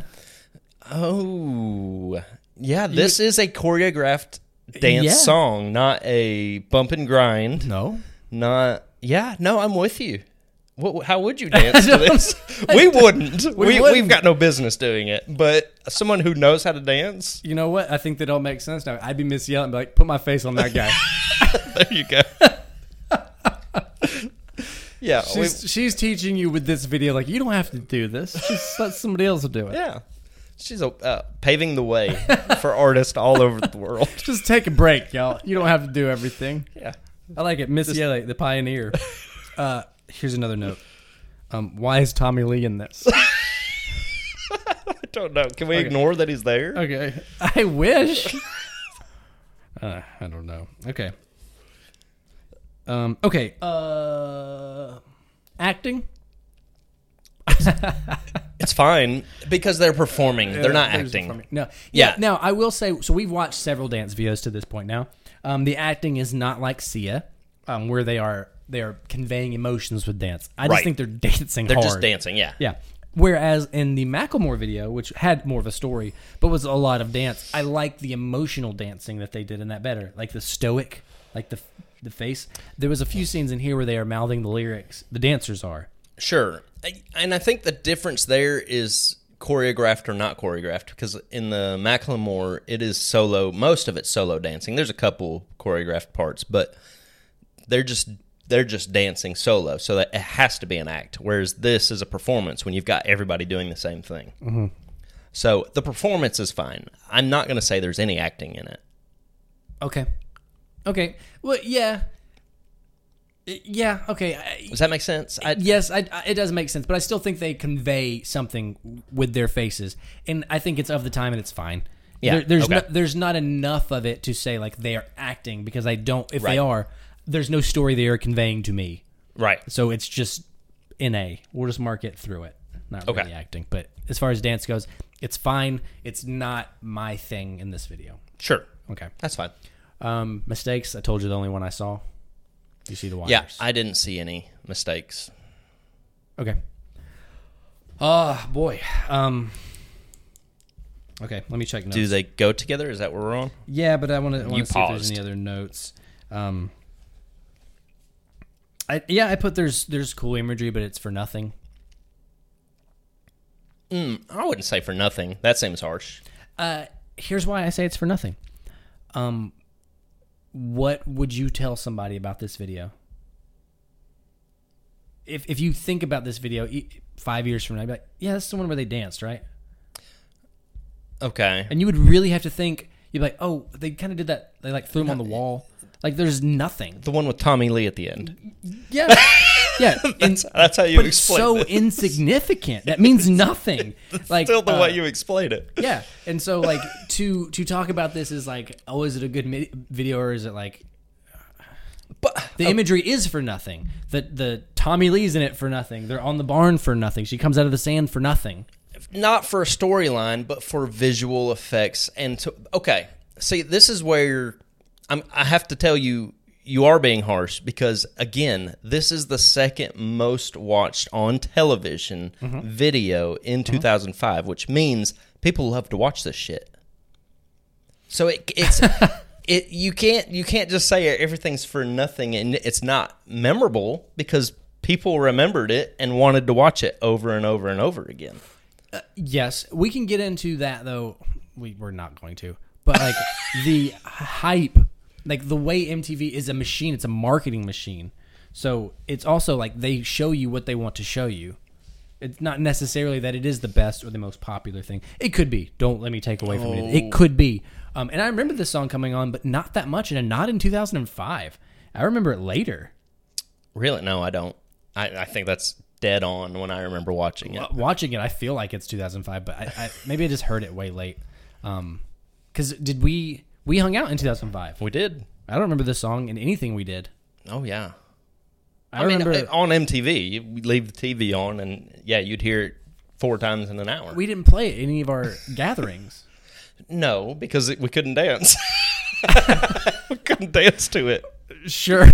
A: Oh, yeah. This is a choreographed dance
B: Yeah.
A: song, not a bump and grind.
B: no,
A: Not. Yeah. No, I'm with you. What, how would you dance to
B: don't-
A: this? We wouldn't. we
B: wouldn't.
A: We've got no business doing it. But someone who knows how to dance,
B: you know what? I think that all makes sense now. I'd be Miss Yell and be like, put my face on that guy.
A: There you go. yeah, we,
B: she's she's teaching you with this video, like you don't have to do this. Just let somebody else do it.
A: yeah. She's a, uh, paving the way for artists all over the world.
B: Just take a break, y'all. You don't have to do everything.
A: Yeah.
B: I like it. Miss Yelly, the pioneer. Uh, here's another note. Um, why is Tommy Lee in this?
A: I don't know. Can we ignore that he's there?
B: Okay. I wish. uh, I don't know. Okay. Um, okay. Uh, acting.
A: It's fine because they're performing. they're not
B: There's-
A: acting.
B: No. Yeah.
A: Yeah.
B: Now I will say. So we've watched several dance videos to this point now. Um, the acting is not like Sia, um, where they are they are conveying emotions with dance. I just
A: Right.
B: think they're dancing.
A: They're
B: hard.
A: just dancing. Yeah.
B: Yeah. Whereas in the Macklemore video, which had more of a story but was a lot of dance, I liked the emotional dancing that they did in that better, like the stoic, like the the face. There was a few scenes in here where they are mouthing the lyrics. The dancers are.
A: Sure. I, and I think the difference there is choreographed or not choreographed because in the Macklemore, it is solo. Most of it's solo dancing. There's a couple choreographed parts, but they're just they're just dancing solo, so that it has to be an act. Whereas this is a performance when you've got everybody doing the same thing. So the performance is fine. I'm not going to say there's any acting in it.
B: Okay. Okay. Well, yeah. Y- Yeah. Okay. I,
A: Does that make sense? I,
B: yes, I, I, it does make sense, but I still think they convey something with their faces, and I think it's of the time and it's fine.
A: Yeah,
B: There- there's
A: okay.
B: no, there's not enough of it to say like they are acting because I don't. If
A: Right.
B: they are, there's no story they are conveying to me,
A: right.
B: so it's just na. We'll just mark it through it, not
A: Okay.
B: really acting. But as far as dance goes, it's fine. It's not my thing in this video.
A: Sure.
B: Okay.
A: That's fine.
B: Um, mistakes. I told you the only one I saw. You see the wires.
A: Yeah, I didn't see any mistakes.
B: Okay. Ah, boy. Um. Okay, let me check notes.
A: Do they go together? Is that what we're on?
B: yeah, but I want to see if there's
A: paused.
B: any other notes. Um. I, yeah, I put there's there's cool imagery, but it's for nothing.
A: I wouldn't say for nothing. That seems harsh.
B: Uh, here's why I say it's for nothing. Um, what would you tell somebody about this video? If if you think about this video e- five years from now, you'd be like, yeah, that's the one where they danced, right?
A: Okay.
B: and you would really have to think you'd be like oh they kind of did that they like threw him on the wall like there's nothing
A: The one with Tommy Lee at the end.
B: yeah yeah and,
A: That's how you
B: but it's so insignificant that means nothing like
A: Still the
B: uh,
A: way you explain it.
B: yeah and so like to to talk about this is like oh is it a good mi- video or is it like
A: But
B: the imagery is for nothing the the tommy lee's in it for nothing they're on the barn for nothing she comes out of the sand for nothing
A: not for a storyline, but for visual effects. And to, okay, see, this is where I'm, I have to tell you, you are being harsh because again, this is the second most watched on television video in 2005, which means people love to watch this shit. So it, it's. It, you can't you can't just say everything's for nothing and it's not memorable because people remembered it and wanted to watch it over and over and over again.
B: Yes, we can get into that though. We we're not going to, but like the hype, like the way MTV is a machine. It's a marketing machine. So it's also like they show you what they want to show you. It's not necessarily that it is the best or the most popular thing. It could be. Don't let me take away from it. It could be. Um, and I remember this song coming on, but not that much, and not in 2005. I remember it later.
A: Really? No, I don't. I, I think that's dead on when I remember watching it.
B: watching it, I feel like it's 2005, but I, I, maybe I just heard it way late. Um, Because did we we hung out in 2005?
A: We did.
B: I don't remember this song in anything we did.
A: Oh yeah.
B: I,
A: mean, uh,
B: remember
A: on MTV, you would leave the TV on, and yeah, you'd hear it four times in an hour.
B: we didn't play it at any of our gatherings.
A: no, because it, we couldn't dance. we couldn't dance to it.
B: Sure.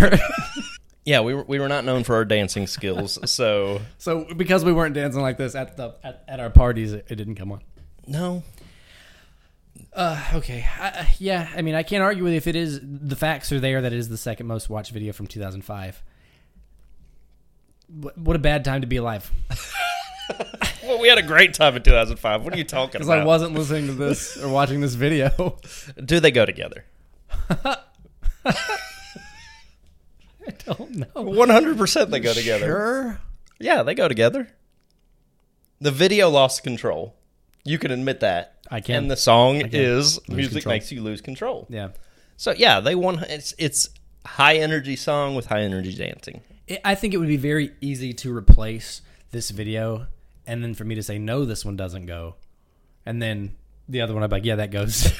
A: Yeah, we were, we were not known for our dancing skills, so
B: so because we weren't dancing like this at the at, at our parties, it, it didn't come on.
A: no.
B: Uh, okay. I, I- yeah, I mean, I can't argue with you if it is the facts are there that it is the second most watched video from 2005. What, what a bad time to be alive.
A: Well, we had a great time in 2005. What are you talking
B: Because I
A: about?
B: wasn't listening to this or watching this video.
A: Do they go together?
B: I don't know.
A: 100% they go together.
B: Oh, Sure.
A: Yeah, they go together. The video lost control. You can admit that.
B: I can.
A: And the song
B: can.
A: is
B: Lose
A: music
B: control.
A: makes you lose control.
B: Yeah.
A: So yeah, they won. It's it's high energy song with high energy dancing.
B: It, I think it would be very easy to replace this video and then for me to say, no, this one doesn't go. And then the other one, I'm like, yeah, that goes.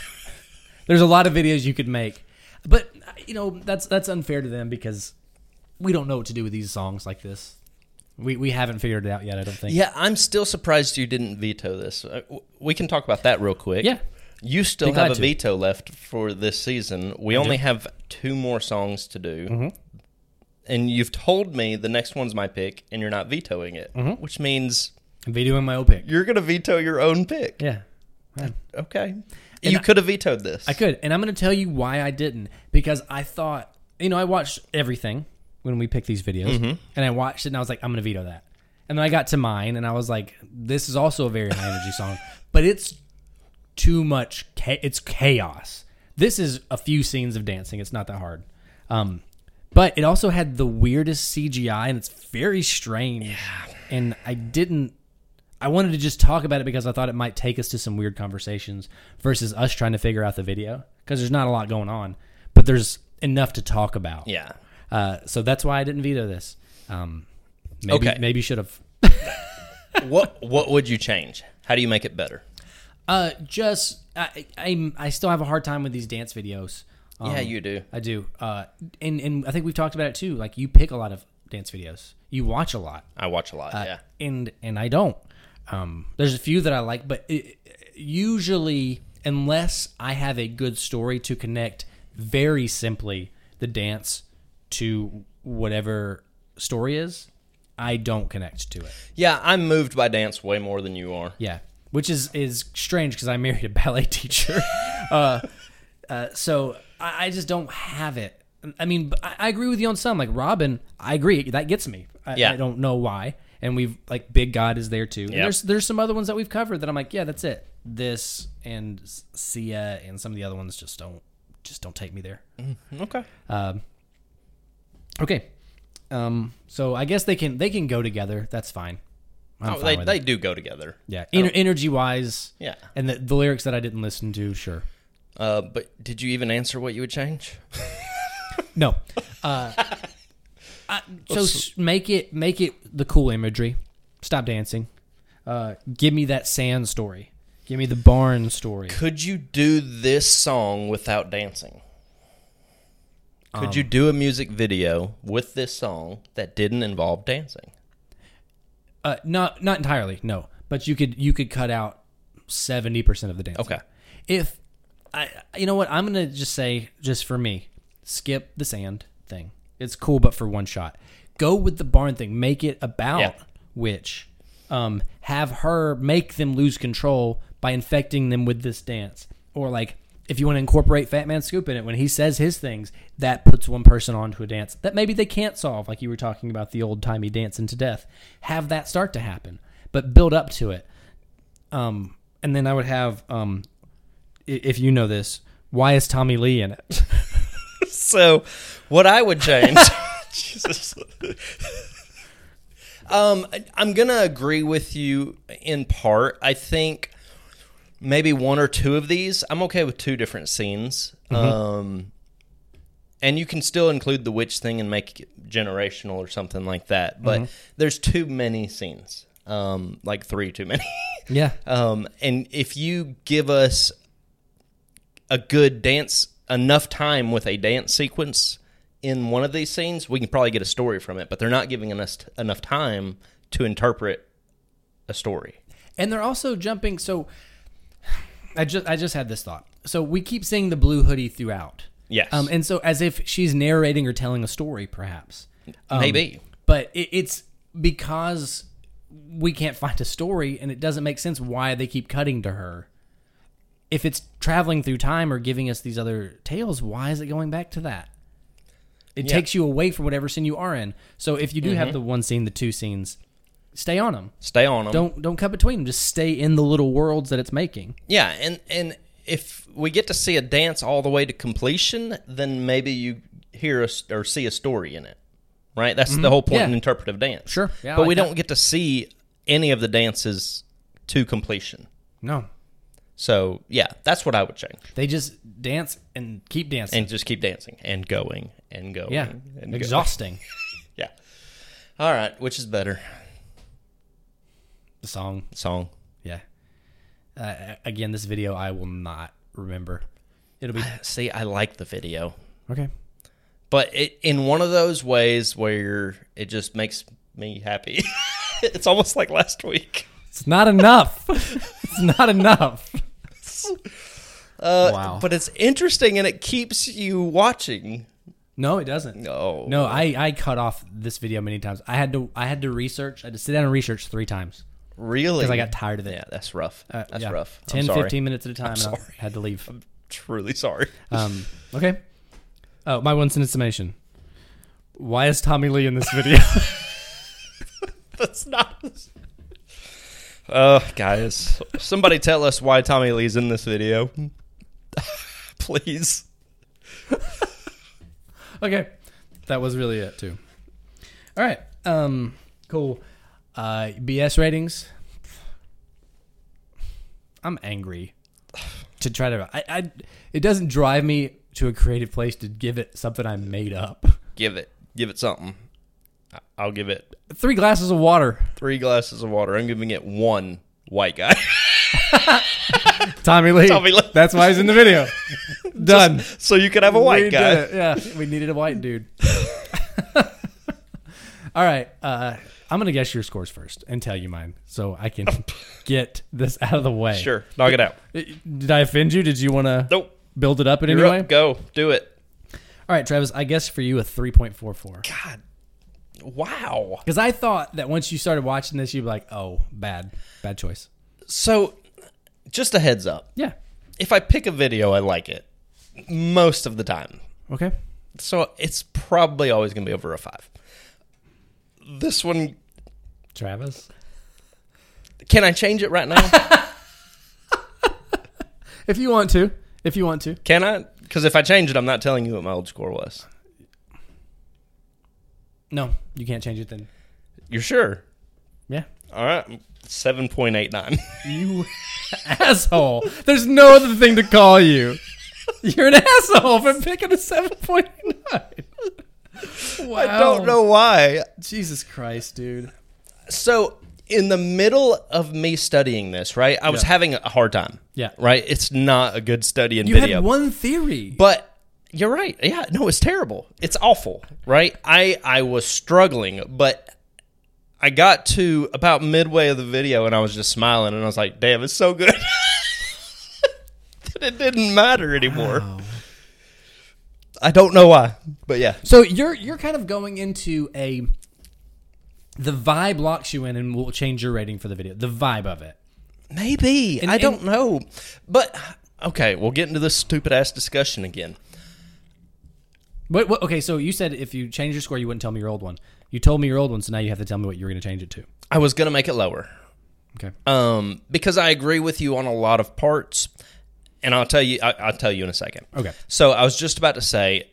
B: There's a lot of videos you could make. But, you know, that's that's unfair to them because we don't know what to do with these songs like this. We, we haven't figured it out yet, I don't think.
A: Yeah, I'm still surprised you didn't veto this. Uh, w- We can talk about that real quick.
B: Yeah.
A: You still
B: Be glad
A: have a
B: to.
A: veto left for this season. We only have two more songs to do. And you've told me the next one's my pick and you're not vetoing it, which means
B: I'm videoing my own pick.
A: you're going to veto your own pick.
B: Yeah. Yeah.
A: Okay. you could have vetoed this.
B: I could, and I'm going to tell you why I didn't because I thought, you know, I watched everything when we picked these videos, and I watched it, and I was like, I'm going to veto that. And then I got to mine, and I was like, this is also a very high energy song, but it's too much. Cha- it's chaos. This is a few scenes of dancing. It's not that hard. Um, but it also had the weirdest CGI, and it's very strange. And I didn't. I wanted to just talk about it because I thought it might take us to some weird conversations versus us trying to figure out the video because there's not a lot going on, but there's enough to talk about.
A: Yeah.
B: Uh, so that's why I didn't veto this. Um, maybe
A: Okay.
B: maybe should have.
A: what what would you change? How do you make it better?
B: Uh, just I, I I still have a hard time with these dance videos. Um,
A: yeah, you do.
B: I do. Uh, and and I think we've talked about it too. Like you pick a lot of dance videos, you watch a lot.
A: I watch a lot. yeah.
B: and and I don't. Um, there's a few that I like, but it, usually, unless I have a good story to connect very simply the dance to whatever story is, I don't connect to it.
A: Yeah, I'm moved by dance way more than you are.
B: Yeah, which is is strange because I married a ballet teacher, uh, uh, so I, I just don't have it. I mean, but I, I agree with you on some. Like Robin, I agree that gets me. I,
A: Yeah.
B: I don't know why. And we've like Big God is there too. And
A: Yeah.
B: There's there's some other ones that we've covered that I'm like, yeah, that's it. This and S- Sia and some of the other ones just don't just don't take me there.
A: Okay. Mm-hmm.
B: Okay, um, so I guess they can they can go together. That's fine. I'm
A: Oh,
B: fine
A: they
B: with
A: they
B: it.
A: do go together.
B: yeah, Ener- energy wise,
A: Yeah.
B: and the, the lyrics that I didn't listen to, sure.
A: Uh, but did you even answer what you would change?
B: No. Uh, I, so s- make it make it the cool imagery. Stop dancing. Uh, give me that sand story. Give me the barn story.
A: Could you do this song without dancing? Could
B: Um.
A: you do a music video with this song that didn't involve dancing?
B: Uh, not not entirely, no. But you could you could cut out seventy percent of the dancing.
A: Okay.
B: If I you know what I'm gonna just say just for me, skip the sand thing. It's cool, but for one shot. Go with the barn thing. Make it about
A: Yeah.
B: which. Um, have her make them lose control by infecting them with this dance, or like if you want to incorporate Fat Man Scoop in it when he says his things, that puts one person onto a dance that maybe they can't solve. Like you were talking about the old timey dancing to death. Have that start to happen, but build up to it. Um, and then I would have um, i- if you know this, why is Tommy Lee in it?
A: So, what I would change, Jesus. um, I- I'm gonna agree with you in part. I think maybe one or two of these. I'm okay with two different scenes. Um, and you can still include the witch thing and make it generational or something like that. But there's too many scenes. Um, like three too many.
B: Yeah.
A: Um, and if you give us a good dance enough time with a dance sequence in one of these scenes, we can probably get a story from it. But they're not giving us enough time to interpret a story.
B: And they're also jumping. So I just I just had this thought. So we keep seeing the blue hoodie throughout.
A: Yes.
B: Um, and so as if she's narrating or telling a story, perhaps. Um,
A: Maybe.
B: But it, it's because we can't find a story, and it doesn't make sense why they keep cutting to her. If it's traveling through time or giving us these other tales, why is it going back to that?
A: Yeah.
B: It
A: Mm-hmm.
B: takes you away from whatever scene you are in. So if you do have the one scene, the two scenes, stay on them.
A: Stay on them.
B: Don't don't cut between them. Just stay in the little worlds that it's making.
A: Yeah, and and if we get to see a dance all the way to completion, then maybe you hear us or see a story in it, right? That's the whole point in
B: Mm-hmm. Yeah.
A: interpretive dance.
B: Sure. Yeah, I
A: but we
B: like that.
A: don't get to see any of the dances to completion.
B: No,
A: So yeah, that's what I would change,
B: they just dance and keep dancing.
A: and just keep dancing and going and going.
B: yeah,
A: and going.
B: exhausting.
A: Yeah. All right, which is better
B: the song.
A: song?
B: Yeah. Uh, again, this video I will not remember. It'll be
A: See, I like the video.
B: okay.
A: but it, in one of those ways where it just makes me happy. it's almost like last week.
B: It's not enough. it's not enough.
A: Uh,
B: Wow.
A: But it's interesting and it keeps you watching. Oh,
B: No, it doesn't.
A: No.
B: No, I I cut off this video many times. I had to I had to research. I had to sit down and research three times
A: Really?
B: because I got tired of it.
A: Yeah, that's rough.
B: Uh,
A: that's
B: yeah.
A: rough. I'm
B: 10,
A: sorry.
B: 15 minutes at a time. and I
A: sorry.
B: had to leave.
A: Truly sorry.
B: Um, okay. Oh, my one sentence summation. Why is Tommy Lee in this video?
A: that's not. Uh, guys, somebody tell us why Tommy Lee's in this video. Please.
B: okay that was really it too all right um cool uh bs ratings i'm angry to try to I, I it doesn't drive me to a creative place to give it something i made up
A: Give it. Give it something. I- I'll give it
B: three glasses of water
A: three glasses of water. I'm giving it one white guy.
B: tommy lee,
A: Tommy Lee.
B: that's why he's in the video done
A: so you could have a white
B: we
A: guy.
B: Did it. Yeah, we needed a white dude. All right, uh, I'm gonna guess your scores first and tell you mine, so I can get this out of the way.
A: Oh.
B: Uh,
A: Sure, knock it out.
B: Did I offend you? Did you want to
A: Nope.
B: build it up in any
A: You're
B: way?
A: up. Go do it.
B: All right, Travis. I guess for you a 3.44
A: God, wow.
B: because I thought that once you started watching this, you'd be like, "Oh, bad, bad choice."
A: So, just a heads up.
B: Yeah.
A: If I pick a video, I like it most of the time.
B: Okay.
A: So it's probably always going to be over a five. This one,
B: Travis.
A: can I change it right now?
B: If you want to, if you want to,
A: can I? Because if I change it, I'm not telling you what my old score was.
B: no, you can't change it then.
A: You're sure?
B: Yeah.
A: All right, seven point eight nine.
B: You asshole. There's no other thing to call you. You're an asshole for picking a 7.9. Wow.
A: I don't know why.
B: Jesus Christ, dude.
A: so in the middle of me studying this, right, I was
B: Yeah.
A: having a hard time.
B: Yeah.
A: Right? It's not a good study in
B: You
A: video.
B: had one theory.
A: but you're right. Yeah. No, it's terrible. It's awful. Right? I I was struggling, but I got to about midway of the video and I was just smiling and I was like, damn, it's so good. that it didn't matter anymore. I don't know why. But yeah.
B: so you're you're kind of going into a the vibe locks you in and will change your rating for the video. The vibe of it.
A: Maybe. I
B: and-
A: don't know. But okay, we'll get into this stupid ass discussion again.
B: Wait, what, okay, so you said if you change your score, you wouldn't tell me your old one. You told me your old one, so now you have to tell me what you were going to change it to.
A: I was gonna make it lower.
B: Okay.
A: Um, because I agree with you on a lot of parts, and I'll tell you. I, I'll tell you in a second.
B: Okay.
A: So I was just about to say,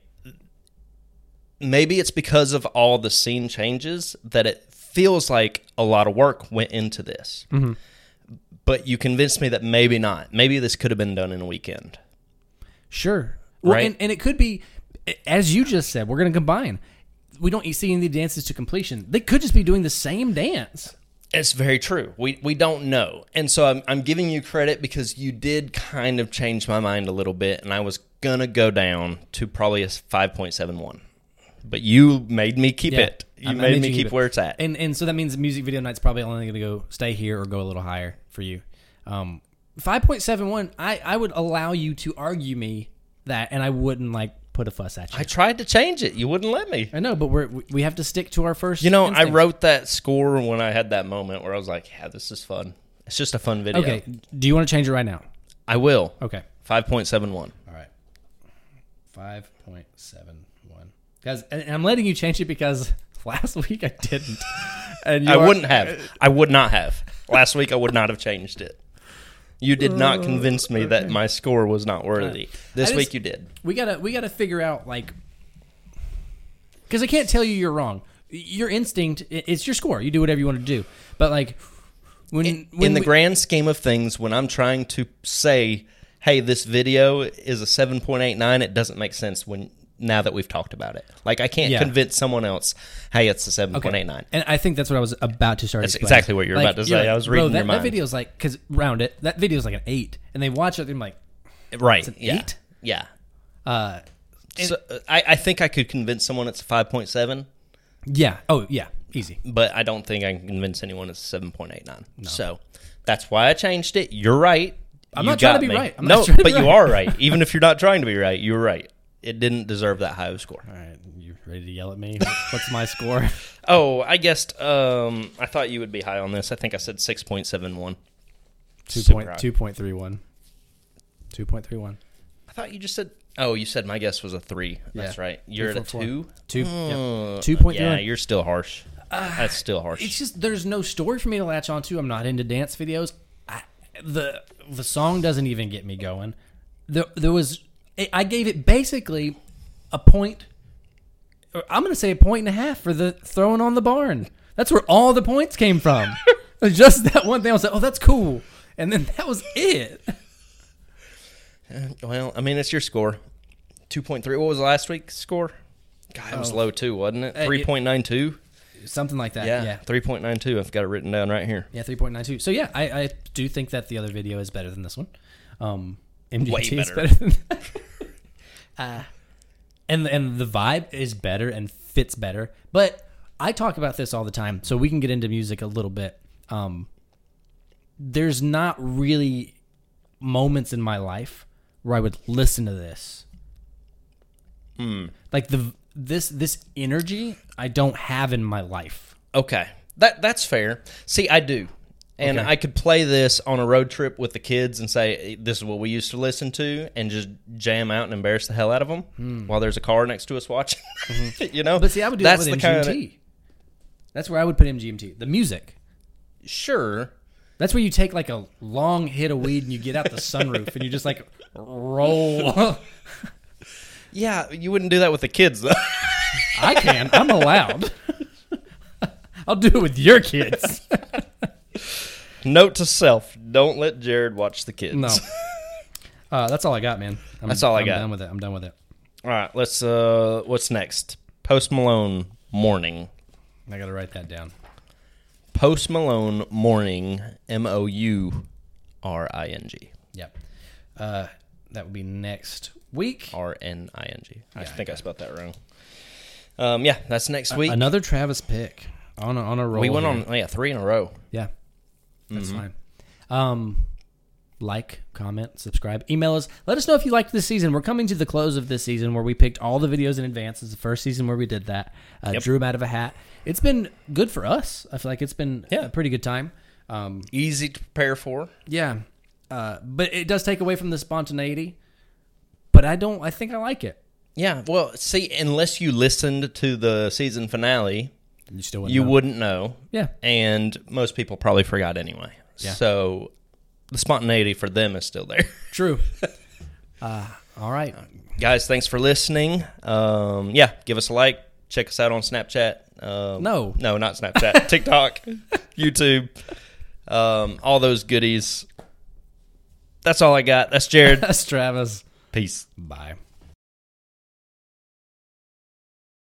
A: maybe it's because of all the scene changes that it feels like a lot of work went into this.
B: Mm-hmm.
A: But you convinced me that maybe not. Maybe this could have been done in a weekend.
B: Sure. Well,
A: Right?
B: and, and it could be, as you just said, we're going to combine. We don't see any dances to completion. They could just be doing the same dance.
A: It's very true. We we don't know, and so I'm I'm giving you credit because you did kind of change my mind a little bit, and I was gonna go down to probably a five point seven one, but you made me keep
B: Yeah.
A: it. You
B: I- I
A: made,
B: made
A: me
B: you
A: keep,
B: keep it.
A: where it's at.
B: And and so that means music video night's probably only going to go stay here or go a little higher for you. Um, five point seven one. I I would allow you to argue me that, and I wouldn't like put a fuss at you.
A: I tried to change it. You wouldn't let me.
B: I, know, but we're we we have to stick to our first.
A: You know, I
B: instinct.
A: wrote that score when I had that moment where I was like, "Yeah, this is fun. It's just a fun video."
B: Okay, do you want to change it right now?
A: I will.
B: Okay,
A: Five point seven one.
B: all right. Five point seven one, guys. And and I'm letting you change it because last week I didn't, and you
A: I
B: are-
A: wouldn't have. I would not have. Last week, I would not have changed it. You did not convince me that my score was not worthy. This
B: Oh, Uh, I
A: week,
B: just-
A: you did.
B: we gotta we gotta figure out like because i can't tell you you're wrong your instinct i- it's your score you do whatever you want to do but like when when
A: In the
B: we-
A: grand scheme of things, when I'm trying to say, "Hey, this video is a 7.89," it doesn't make sense when now that we've talked about it. Like, I can't
B: Yeah.
A: convince someone else, "Hey, it's a 7.89."
B: and i think that's what i was about to start
A: That's
B: explaining.
A: exactly what you were about to
B: you're
A: say. I was reading
B: Bro, that,
A: your
B: that
A: mind."
B: video's like because round it that video's like an eight and they watch it and i'm like
A: Right?
B: an
A: yeah.
B: eight?
A: Yeah.
B: uh
A: So, uh, I, I think I could convince someone it's a 5.7,
B: yeah oh yeah easy
A: but I don't think I can convince anyone it's 7.89. So that's why I changed it. You're right.
B: I'm
A: You
B: not trying to
A: got
B: be
A: me.
B: right. I'm
A: no,
B: not trying to
A: but
B: be
A: you
B: right.
A: are right. Even if you're not trying to be right, you're right. It didn't deserve that high of a score.
B: all right you ready to yell at me what's my score
A: Oh, I guessed. Um, I thought you would be high on this. I think I said 6.71.
B: Two
A: Super
B: point
A: high.
B: two point three one. Two point three one.
A: I thought you just said. Oh, you said my guess was a three. That's
B: Yeah.
A: right. You're at a
B: 3.44.
A: two.
B: Two- yep.
A: Uh,
B: 2.31.
A: Yeah, you're still harsh.
B: Ah,
A: That's still
B: it's
A: harsh.
B: just there's no story for me to latch onto. I'm not into dance videos. I, the the song doesn't even get me going. There there was I- I gave it basically a point. Or I'm gonna say a point and a half for the throwing on the barn. That's where all the points came from. It was just that one thing. I was like, oh, that's cool, and then that was it.
A: Well, I mean, it's your score. 2.3. What was last week's score? God, it was low too, wasn't it?
B: oh. it-
A: 3.92.
B: Something like that.
A: Yeah,
B: Yeah.
A: 3.92. I've got it written down right here.
B: Yeah, three point nine two. So yeah, I, I do think that the other video is better than this one. Um, MGT
A: Way
B: is
A: better.
B: better than that. uh, and and the vibe is better and fits better. But I talk about this all the time, so we can get into music a little bit. Um, there's not really moments in my life where I would listen to this.
A: Hmm.
B: Like the this this energy I don't have in my life.
A: Okay, that that's fair. See, I do, and
B: Okay.
A: I could play this on a road trip with the kids and say this is what we used to listen to, and just jam out and embarrass the hell out of them while there's a car next to us watching. you know,
B: But see, I would do that with
A: kinda-
B: MGMT. That's where I would put MGMT. The music.
A: sure,
B: That's where you take like a long hit of weed and you get out the sunroof and you just like roll.
A: yeah, you wouldn't do that with the kids though.
B: I can. I'm allowed. I'll do it with your kids.
A: Note to self: Don't let Jared watch the kids.
B: No. Uh, that's all I got, man. I'm,
A: That's all I
B: I'm
A: got.
B: done with it. I'm done with it.
A: All right, let's. uh What's next? Post Malone morning.
B: I got to write that down.
A: Post Malone morning. M O U R I N G.
B: Yep. Uh, that will be next week.
A: R N I N G. I
B: Yeah,
A: think I spelled that wrong. Um, yeah, that's next week.
B: Another Travis pick on a, on a roll.
A: we went
B: here.
A: on oh, yeah three in a row.
B: Yeah. That's fine. Um, like, comment, subscribe, email us. Let us know if you liked this season. We're coming to the close of this season where we picked all the videos in advance. It's the first season where we did that. Uh,
A: Yep.
B: Drew them out of a hat. It's been good for us. I feel like it's been
A: Yeah.
B: a pretty good time. Um,
A: Easy to prepare for.
B: yeah. Uh, but it does take away from the spontaneity. But I don't, I think I like it.
A: Yeah. Well, see, unless you listened to the season finale,
B: You still wouldn't
A: you
B: know.
A: wouldn't know.
B: Yeah.
A: And most people probably forgot anyway.
B: Yeah.
A: So the spontaneity for them is still there.
B: True. uh, all right.
A: Guys, thanks for listening. Um, yeah, give us a like. Check us out on Snapchat. Um,
B: No.
A: no, not Snapchat. TikTok, YouTube, um, all those goodies. That's all I got. That's Jared.
B: That's Travis.
A: Peace.
B: Bye.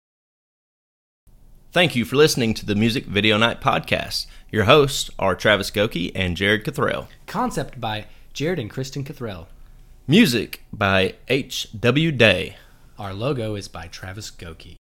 A: Thank you for listening to the Music Video Night Podcast. Your hosts are Travis Goki and Jared Cathrell.
B: Concept by Jared and Kristen Cathrell.
A: Music by H.W. Day.
B: Our logo is by Travis Goki.